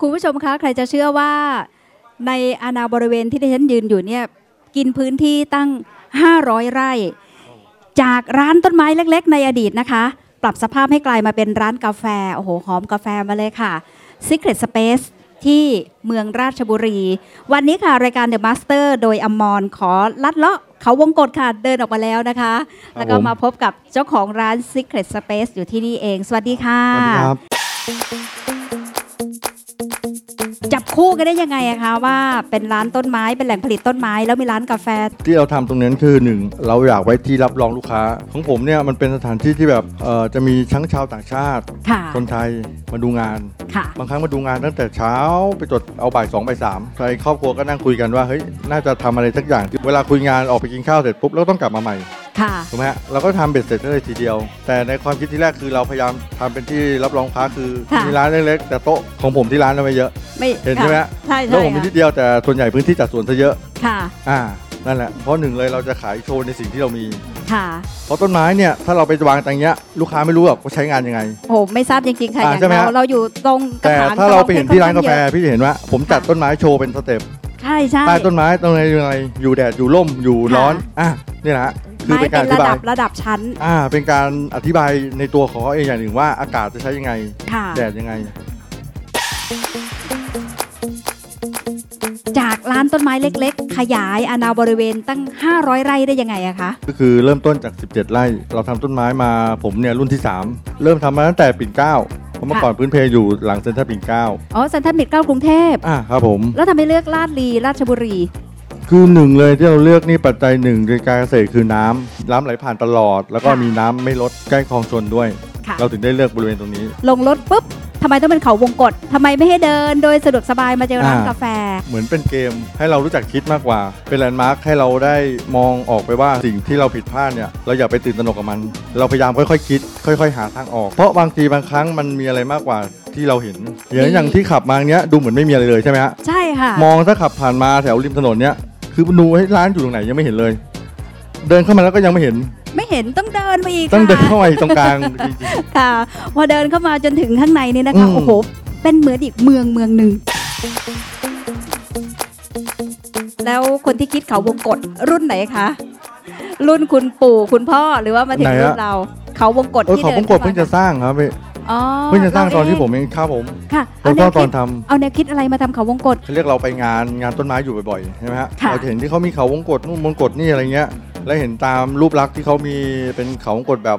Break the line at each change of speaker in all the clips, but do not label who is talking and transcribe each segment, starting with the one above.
คุณผู้ชมคะใครจะเชื่อว่าในอาณาบริเวณที่ดิฉันยืนอยู่เนี่ยกินพื้นที่ตั้ง 500 ไร่ จากร้านต้นไม้เล็ก ๆ ในอดีตนะคะ ปรับสภาพให้กลายมาเป็นร้านกาแฟ โอ้โห หอมกาแฟมาเลยค่ะ Secret Space ที่เมืองราชบุรี วันนี้ค่ะ รายการ The Master โดยอมรขอลัดเลาะเขาวงกฏค่ะ เดินออกมาแล้วนะคะ แล้วก็
ผม
มาพบกับเจ้าของร้าน Secret Space อยู่ที่นี่เอง สวัสดีค่ะ
สวัสดีครับ
จับคู่กันได้ยังไงอะคะว่าเป็นร้านต้นไม้เป็นแหล่งผลิตต้นไม้แล้วมีร้านกาแฟ
ที่เราทำตรงนั้นคือหนึ่งเราอยากไว้ที่รับรองลูกค้า ของผมเนี่ยมันเป็นสถานที่ที่แบบเอ่อจะมีทั้งชาวต่างชาติ
ค่ะ
คนไทยมาดูงาน
ค่ะ
บางครั้งมาดูงานตั้งแต่เช้าไปจดเอาบ่ายสองบ่ายสามใครครอบครัวก็นั่งคุยกันว่าเฮ้ยน่าจะทำอะไรสักอย่างที่เวลาคุยงานออกไปกินข้าวเสร็จปุ๊บแล้วต้องกลับมาใหม่
ค่ะ
ถูกไหมฮะเราก็ทำเบ็ดเสร็จเลยทีเดียว แต่ในความคิดที่แรกคือเราพยายามทำเป็นที่รับรองลูกค้าคือ
ค่ะ
มีร้านเล็กๆแต่โต๊ะของผมที่ร้านเอาไว้เยอะ
ไม่
เห็นใช่ไหม
ค่ะใช่
โต๊ะ
ใช่
ผมมี
ค่ะ
ที่เดียวแต่ส่วนใหญ่พื้นที่จัดสวนซะเยอะ
ค่ะ
อ่า นั่นแหละ เพราะหนึ่งเลยเราจะขายโชว์ในสิ่งที่เรามี
ค่ะ
เพราะต้นไม้เนี่ย ถ้าเราไปวางตรงเนี้ย ลูกค้าไม่รู้หรอกว่าใช้งานยังไง
โหไม่ทราบจริงๆค่ะอ
อ่า
ย่าง
ใช่ไหม
เรา
ฮะ
เราอยู่ตรงกระ
แต่
ถาง
ถ้าเราไปเห็นที่ร้านกาแฟ
เยอะ
พี่จะเห็นว่า ผมจัดต้นไม้โชว์เป็นสเต็ป
ใช่ใช่
ใต้ต้นไม้ตรงไหนยังไงอยู่แดด อยู่ร่ม อยู่ร้อน
ค่ะ
อ่ะนี่นะฮะคือ
ไม้
เป็นกา
เป็น
รอ
ระ
ธิบา
ดั
ย
บระดับชั้น
อ่า เป็นการอธิบายในตัวของเขาเองอย่างหนึ่งว่าอากาศจะใช้ยังไง
ค่ะ
แดดยังไง
จากร้านต้นไม้เล็ก ๆ ขยายอาณาบริเวณตั้ง 500 ไร่ได้ยังไงอะคะ
ก็คือเริ่มต้นจาก 17 ไร่ เราทำต้นไม้มาผมเนี่ยรุ่นที่ 3 เริ่มทำมาตั้งแต่ปิ่นเกล้าเพราะเมื่อก่อนพื้นเพอยู่หลังเซ็นทรัลปิ่นเกล้า
อ๋อเซนทรัลมิดเกล้ากรุงเทพ
อ่าครับผม
แล้วทำไมเลือกลาดลีราชบุรี
คือหนึ่งเลยที่เราเลือกนี่ปัจจัยหนึ่งในการเกษตรคือน้ำน้ำไหลผ่านตลอด แล้วก็
ค่ะ
มีน้ำไม่ลดใกล้คลองชนด้วย
ค่ะ
เราถึงได้เลือกบริเวณตรงนี้
ลงรถปุ๊บทำไมต้องเป็นเขาวงกตทำไมไม่ให้เดิน โดยสะดวกสบายมาเจอร้าน
อ่าก
กาแฟ
เหมือนเป็นเกมให้เรารู้จักคิดมากกว่า เป็นแลนด์มาร์คให้เราได้มองออกไปว่าสิ่งที่เราผิดพลาดเนี่ยเราอย่าไปตื่นตระหนกกับมัน เราพยายามค่อยๆคิด ค่อย ๆ หาทางออก เพราะบางทีบางครั้งมันมีอะไรมากกว่าที่เราเห็นอย่างอย่างที่ขับมาเนี้ยดูเหมือนไม่มีอะไรเลยใช่ไหมฮะ
ใช่ค่ะ
มองถ้าขับผ่านมาแถวริมถนนเนี้ยคือดูให้ยร้านอยู่ตรงไหนยังไม่เห็นเลย เดินเข้ามาแล้วก็ยังไม่เห็น
ไม่เห็นต้องเดินมาอีก
ต้องเดิน
ค่ะ
เข้ามาอีกตรงกลางจริง
ค่ะพอเดินเข้ามาจนถึงข้างในนี่นะคะ
อืม
โอ้โหเป็นเหมือนอีกเมืองเมืองหนึ่งแล้วคนที่คิดเขาวงกตรุ่นไหนคะรุ่นคุณปู่คุณพ่อหรือว่ามาถึงรุ่นเรา เขาวงกต
ๆเออ
ที่
เขา
เดิน
เพิ่งกดเพิ่งจะสร้างครับพี่
อ๋อ
เพิ่งจะสร้างตอนที่ผมเองครับผม
ค่ะ
แล้ว
เอาแน
ก็
ว
ตอ
คิ
น
ด
ทำ
เอาแนวคิดอะไรมาทำเขาวงกต
เขาเรียกเราไปงานงานต้นไม้อยู่บ่อยๆใช่ไหมฮะ
ค่ะ
เราจะเห็นที่เขามีเขาวงกดนู่นวงกดนี่อะไรเงี้ย แล้วเห็นตามรูปลักษณ์ที่เขามีเป็นเขาวงกดแบบ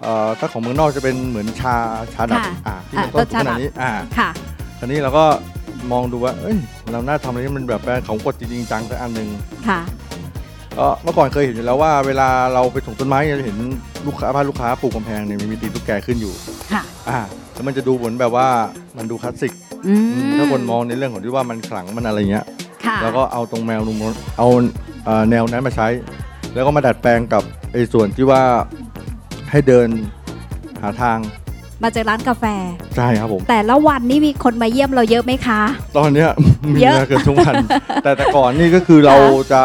เอ่อถ้าของเมืองนอกจะเป็นเหมือนชาชาดับอ่าที่มันต้นขนาดนี้อ่า
ค่ะ
คราวนี้เราก็มองดูว่า เอ้ย เราน่าทำอะไรที่มันแบบแปลของกดจริงๆจังสักอันหนึ่ง
ค่ะ
ก็เมื่อก่อนเคยเห็นอยู่แล้วว่าเวลาเราไปส่งต้นไม้เนี่ยจะเห็นลูกค้าบ้านลูกค้าปลูกกำแพงเนี่ยมีมีตีนตุ๊กแกขึ้นอยู่
ค่ะ
อ่า แล้วมันจะดูเหมือนแบบว่ามันดูคลาสสิก
อืม
ถ้าคนมองในเรื่องของที่ว่ามันขลังมันอะไรเงี้ย
ค่ะ
แล้วก็เอาตรงแมวนุมนเอาเอ่อแนวนั้นมาใช้ แล้วก็มาดัดแปลงกับไอ้ส่วนที่ว่าให้เดินหาทาง
มาเจอร้านกาแฟ
ใช่ครับผม
แต่ละวันนี่มีคนมาเยี่ยมเราเยอะไหมคะ
ตอนเนี้ย มี
เยอะ
มาเกือบทุก วัน แต่แต่ก่อนนี่ก็คือเราจะ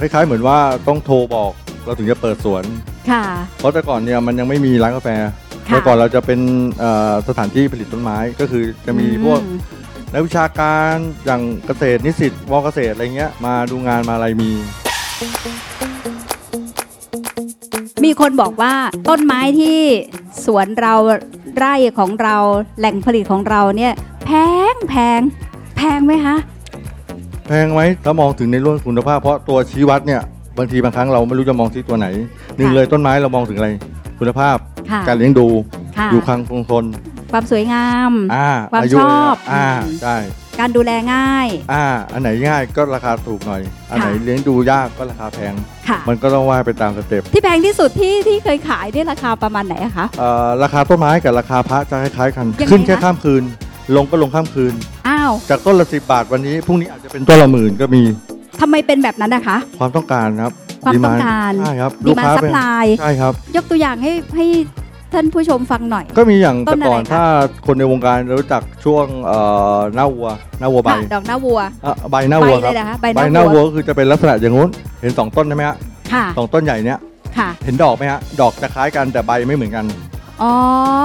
คล้ายๆเหมือนว่าต้องโทรบอกเราถึงจะเปิดสวน
ค่ะ
เพราะแต่ก่อนเนี่ยมันยังไม่มีร้านกาแฟ
ค่ะ
เมื่อก่อนเราจะเป็นเอ่อสถานที่ผลิตต้นไม้ก็คือจะมีพวก
อืม
นักวิชาการอย่างเกษตรนิสิตวเกษตรอะไรเงี้ยมาดูงานมาอะไรมี
มีคนบอกว่าต้นไม้ที่สวนเราไร่ของเราแหล่งผลิตของเราเนี่ย แพงแพงแพงไหมคะ
แพงไหมถ้ามองถึงในเรื่องคุณภาพเพราะตัวชี้วัดเนี่ยบางทีบางครั้งเราไม่รู้จะมองที่ตัวไหนหนึ่ง
ค่ะ
เลยต้นไม้เรามองถึงอะไรคุณภาพ
ค่ะ
การเลี้ยงดู
ค่ะ
อยู่คลังคงทน
ความสวยงาม
อ่า
ความ
อายุ
ชอบ
อ่า
อืม
ใช่
การดูแลง่าย
อ่า อันไหนง่ายก็ราคาถูกหน่อย อันไหนเลี้ยงดูยากก็ราคาแพง
ค่ะ
มันก็ต้องว่าไปตามสเต็ป
ที่แพงที่สุดที่ที่เคยขายเนี่ยราคาประมาณไหนอะคะ
เอ่อราคาต้นไม้กับราคาพระจะคล้ายๆกัน
ยังไง
ขึ้นแค่
คะ
ข้ามคืน ลงก็ลงข้ามคืน
อ้าว
จากต้นละสิบาทวันนี้ พรุ่งนี้อาจจะเป็นต้นละหมื่นก็มี
ทำไมเป็นแบบนั้นนะคะ
ความต้องการครับ
ความต้อง
demand
การ
ใช่ครับ
ดี
ลูก
มา
ค้า
ซัพ
เป็น
พลาย
ใช่ครับ
ยกตัวอย่างให้ให้ท่านผู้ชมฟังหน่อย
ก็มีอย่าง
ต้
แต่
นอะไร
ก่อน
คะ
ถ้าคนในวงการรู้จักช่วงเอ่อหน้าวัวหน้าวัวใบ
ค่ะดอกหน้าวัว
เอ่อใบหน้าวัว
ใบ
ค
เลยเห
รับ
รอคะใบห
ใบ
น้า
หน้า
วั
วั
ว
วก็คือจะเป็นลักษณะอย่างงู้น เห็นสองต้นใช่ไหมฮะ
ค่ะ
สองต้นใหญ่เนี้ย
ค่ะ
เห็นดอกไหมฮะ ดอกจะคล้ายกันแต่ใบไม่เหมือนกัน
อ๋อ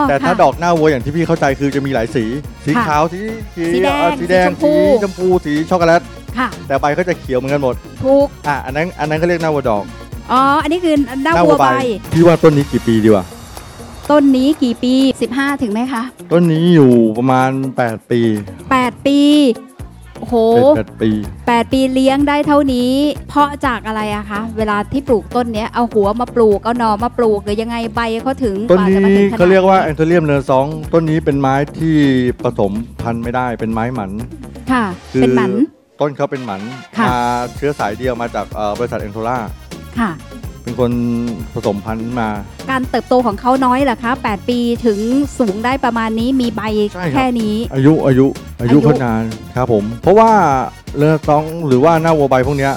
แต่ถ้า
ค่ะ
ดอกหน้าวัวอย่างที่พี่เข้าใจคือจะมีหลายสี สี
ค่ะ
ขาวสีเขียว
สีแดง
เอ่อสีแดง
สีชมพู
สีชมพูสีช็อกโกแลต
ค่ะ
แต่ใบก็จะเขียวเหมือนกันหมด
ถูก
อ่ะอันนั้นอันนั้นก็เรียกหน้าวัวดอก
อ๋อ อันนี้คือหน้าวัวใบ
พี่ว่าต้นนี้กี่ปีดีวะ
ต้นนี้กี่ปี 15 ถึงไหมคะ
ต้นนี้อยู่ประมาณ 8 ปี
8 ปี โอ้โห
เจ็ดแปดปี
8 ปีเลี้ยงได้เท่านี้ เพาะจากอะไรอะคะ เวลาที่ปลูกต้นเนี้ย เอาหัวมาปลูก เอาหน่อมาปลูก หรือยังไงใบเขาถึง
ต้น
กว่าจะ
นี้
มถึงขนด
เขาเรียกว่าแอนโทเรียมเนอร์ซองต้นนี้เป็นไม้ที่ผสมพันธุ์ไม่ได้เป็นไม้หมัน
ค่ะ เป็นหมัน
ต้นเขาเป็นหมัน
ค่ะ
มาเชื้อสายเดียวมาจากเอ่อบริษัทเอนโทล่า
ค่ะ
เป็นคนผสมพันธุ์มา
การเติบโตของเขาน้อยเหรอคะ 8 ปีถึงสูงได้ประมาณนี้ มีใบ
ใช่ครับ
แค่นี้
อายุอายุอา
อา
ยุ
ยุ
เขานานครับผม เพราะว่าเรือต้องหรือว่าหน้าวัวใบพวกเนี้ย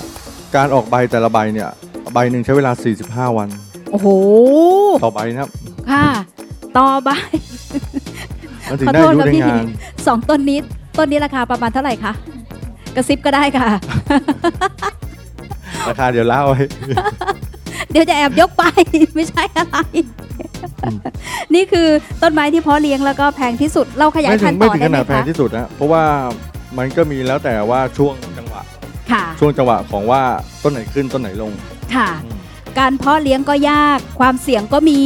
การออกใบแต่ละใบเนี่ยใบหนึ่งใช้เวลา 45 วัน
โอ้โห
ต่อใบนะครับ
ค่ะ ต่อใบ
มันถึง
ขอ
ได้
โทษครับ
อายุได้
พี่
งาน
สองต้นนี้ต้นนี้ราคาประมาณเท่าไหร่คะกระซิบก็ได้ค่ะ
ราคาเดี๋ยวเล่าไว้
เดี๋ยวจะแอบยกไป ไม่ใช่อะไร
อืม
นี่คือต้นไม้ที่เพาะเลี้ยงแล้วก็แพงที่สุดเราขยาย
ไม่ถึ
พัน
ง
ธุ์
ไม่
ต่อ
ถึง
ได้
ข
ไหม
นาดแพง
คะ
ที่สุดนะเพราะว่ามันก็มีแล้วแต่ว่าช่วงจังหวะ
ค่ะ
ช่วงจังหวะของว่าต้นไหนขึ้นต้นไหนลง
ค่ะ การเพาะเลี้ยงก็ยากความเสี่ยงก็มี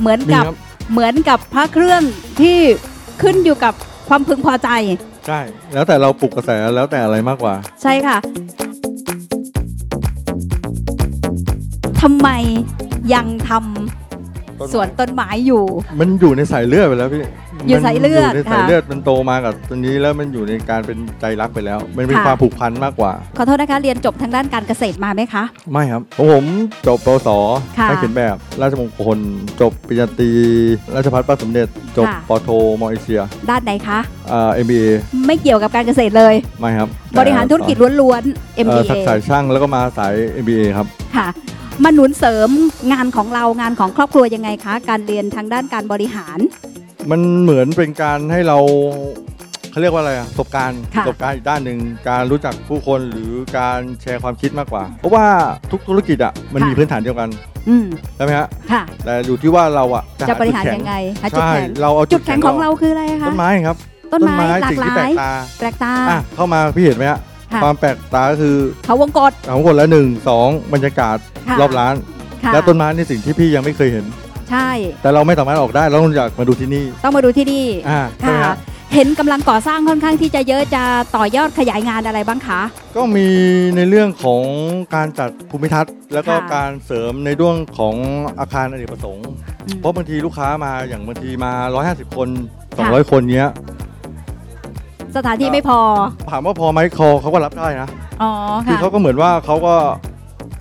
เหมือน
มี
กับ
ครับ
เหมือนกับพระเครื่องที่ขึ้นอยู่กับความพึงพอใจ
ใช่แล้วแต่เราปลุกกระแสแล้วแต่อะไรมากกว่า
ใช่ค่ะทำไมยังท
ต้นไม้
ำสวนต้นไม้อยู่
มันอยู่ในสายเลือดไปแล้วพี่
อยู่สายเลือด
มันยู่ในสายเลือดมันโตมากับตัวนี้แล้วมันอยู่ในการเป็นใจรักไปแล้ว มันเป็น
ค่ะ
ความผูกพันมากกว่า
ขอโทษนะคะ เรียนจบทางด้านการเกษตรมาไหมคะ
ไม่ครับของผมจบปวส
ค่ะ
นักเขียนแบบราชมงคล จบปริญญาตรีราชภัฏพระสมเด็จ จบ
ค่ะ
ปอโทมอเอเชีย
ด้านไหนคะ
เอ่อ MBA
ไม่เกี่ยวกับการเกษตรเลย
ไม่ครับ
บริหารธุรกิจล้วนๆ
เอ่อ
MBA
ทักษะช่างแล้วก็มาสาย MBA ครับ
ค่ะ มาหนุนเสริมงานของเรางานของครอบครัวยังไงคะ การเรียนทางด้านการบริหาร
มันเหมือนเป็นการให้เรา เขาเรียกว่าอะไรอะประสบการณ์
ค่ะ
ประสบการณ์อีกด้านหนึ่งการรู้จักผู้คนหรือการแชร์ความคิดมากกว่า เพราะว่าทุกธุรกิจอะมันมีพื้นฐานเดียวกัน
อืม
ใช่ไหมฮะ
ค่ะ
แต่อยู่ที่ว่าเราอะ
จะบริ
จุด
หาร
แข็
ยังไงหาจุด
ใช่
แข็ง
เราเอา
จุดแข็งของเราคืออะไรคะ
ต้นไม้ครับ
ต้นไม้หลาก
สิ่ง
ห
ที่
ลา
แปล
ย
กตา
แปลกตา
อ่ะเข้ามาพี่เห็นไหมฮะ
ค่ะ
ความแปลกตาก็คือ
เขาวงกต
ของคนละหนึ่งสองบรรยากาศ
ค่ะ
รอบร้าน
ค่ะ
และต้นไม้นี่สิ่งที่พี่ยังไม่เคยเห็น
ใช่
แต่เราไม่สามารถออกได้เราต้องอยากมาดูที่นี่
ต้องมาดูที่นี่
อ่าใช่ไหม
ค่ะ
ฮะ
เห็นกำลังก่อสร้างค่อนข้างที่จะเยอะจะต่อยอดขยายงานอะไรบ้างคะ
ก็มีในเรื่องของการจัดภูมิทัศน์ แล้วก็
ค่ะ
การเสริมในด้วงของอาคารอเนกประสงค์ เพราะบางทีลูกค้ามาอย่างบางทีมา 150 คน 200 คนเนี้ย
สถานที่ไม่พอ
ถามว่าพอไหมคอเขาก็รับได้นะ
อ๋อ
คือ
ค่ะ
เขาก็เหมือนว่าเขาก็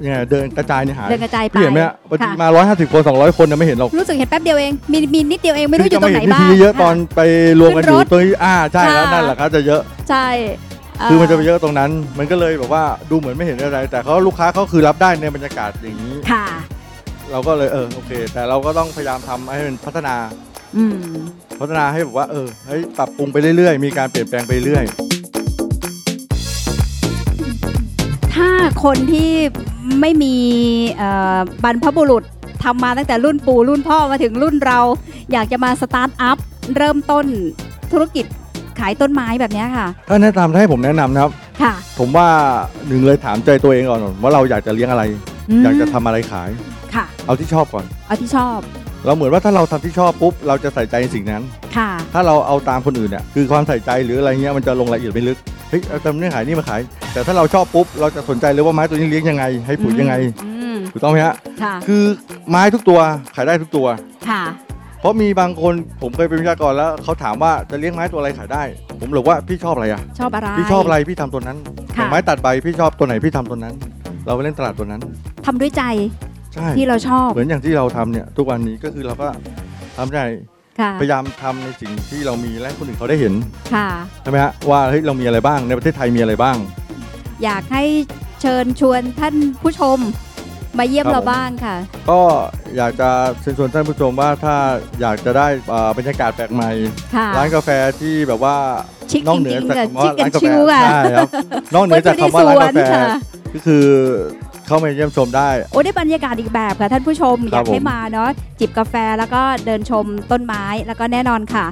ยังไงเดินกระจายในหาย
เดินกระจายไป
พี่เห็นไหมฮะบางที
ค่ะ
มา 150 คน 200 คนเนี่ยไม่เห็นหรอก
รู้สึกเห็นแป๊บเดียวเอง มีมีนิดเดียวเองไม่รู้อยู่ตรงไหนบ้า
ที่จะ
ง
ม่เห็นที่เยอะๆตอนไปรวมกันอ
ขึ้น
ยู่
รถ
ตรงนี้อ่าใช่แล้ว
ค่ะ
นั่นแหละครับจะเยอะ
ใช่เ
คือมันจะไปเยอะตรงนั้น มันก็เลยแบบว่าดูเหมือนไม่เห็นอะไร แต่เขาลูกค้าเขาคือรับได้ในบรรยากาศอย่างนี้
ค่ะ
เราก็เลยเออโอเค แต่เราก็ต้องพยายามทำให้มันพัฒนา
อืม
พัฒนาให้แบบว่าเออเฮ้ยปรับปรุงไปเรื่อยๆ มีการเปลี่ยนแปลงไปเรื่อย
ถ้าคนที่ไม่มีเอ่อบรรพบุรุษทำมาตั้งแต่รุ่นปู่รุ่นพ่อมาถึงรุ่นเรา อยากจะมาสตาร์ทอัพ เริ่มต้นธุรกิจขายต้นไม้แบบเนี้ยค่ะ
ถ้าแนะนำถ้าให้ผมแนะนำนะครับ
ค่ะ
ผมว่าหนึ่งเลยถามใจตัวเองก่อนว่าเราอยากจะเลี้ยงอะไร
ม
อยากจะทำอะไรขาย
ค่ะ
เอาที่ชอบก่อน
เอาที่ชอบ
เราเหมือนว่าถ้าเราทำที่ชอบปุ๊บเราจะใส่ใจในสิ่งนั้น
ค่ะ
ถ้าเราเอาตามคนอื่นเนี่ยคือความใส่ใจหรืออะไรเงี้ยมันจะลงรายละเอียดไม่ลึกเฮ้ยเอาทำเนื้อขายนี่มาขาย แต่ถ้าเราชอบปุ๊บเราจะสนใจเลยว่าไม้ตัวนี้เลี้ยงยังไง ให้ปุ๋ยยังไง
อืม
ถูกต้องไหมฮะ
ค่ะ
คือไม้ทุกตัวขายได้ทุกตัว
ค่ะ
เพราะมีบางคนผมเคยเป็นวิทยากรแล้วเขาถามว่าจะเลี้ยงไม้ตัวอะไรขายได้ ผมบอกว่าพี่ชอบอะไรอ่ะ
ชอบอะไร
พี่ชอบอะไรพี่ทำตัวนั้นอ
ค่ะ
ย่างไม้ตัดใบพี่ชอบตัวไหนพี่ทำตัวนั้น เราไปเล่นตลาดตัวนั้น
ทำด้วยใจ
ใช่
ที่เราชอบ
เหมือนอย่างที่เราทำเนี่ยทุกวันนี้ก็คือเราก็ทำใจ
ค่ะ
พยายามทำในสิ่งที่เรามีและให้คนอื่นเขาได้เห็น
ค่ะ
ใช่ไหมฮะว่าเฮ้ยเรามีอะไรบ้างในประเทศไทยมีอะไรบ้าง
อยากให้เชิญชวนท่านผู้ชมมาเยี่ยม
ครับ
เรา
ผม
บ้างค่ะ
ก็อยากจะเชิญชวนท่านผู้ชมว่าถ้าอยากจะได้อ่าบรรยากาศแปลกใหม่
ค่ะ
ร้านกาแฟที่แบบว่า
ชิคน
อกเหนือ
จริงๆ
จาก
อะ
คำว่า
ชิคแอนด์ชิล
ร้านกาแฟ
อะ
ใช่ครับนอกเหนือจากคำว่าร้านกาแฟ
ค่ะ
ก็คือ เข้ามาเยี่ยมชมได้
โอ้ได้บรรยากาศอีกแบบค่ะท่านผู้ชม
ครับ
อยากให้
ผม
มาเนาะจิบกาแฟแล้วก็เดินชมต้นไม้แล้วก็แน่นอนค่ะ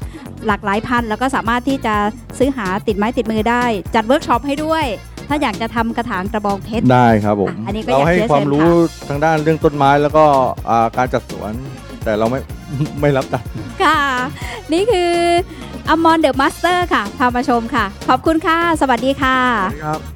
หลากหลายพันธุ์แล้วก็สามารถที่จะซื้อหาติดไม้ติดมือได้ จัดเวิร์กช็อปให้ด้วย ถ้าอยากจะทำกระถางกระบองเพชร
ได้ครับผม
อ่ะอันนี้ก็
เราให้
อยากเชื่อ
ความ
เชิญ
รู้ทางด้านเรื่องต้นไม้แล้วก็อ่าการจัดสวน แต่เราไม่ ไม่รับตัด
ค่ะ นี่คืออมอนเดอะมาสเตอร์ค่ะพามาชมค่ะ ขอบคุณค่ะ สวัสดีค่ะ
ครับ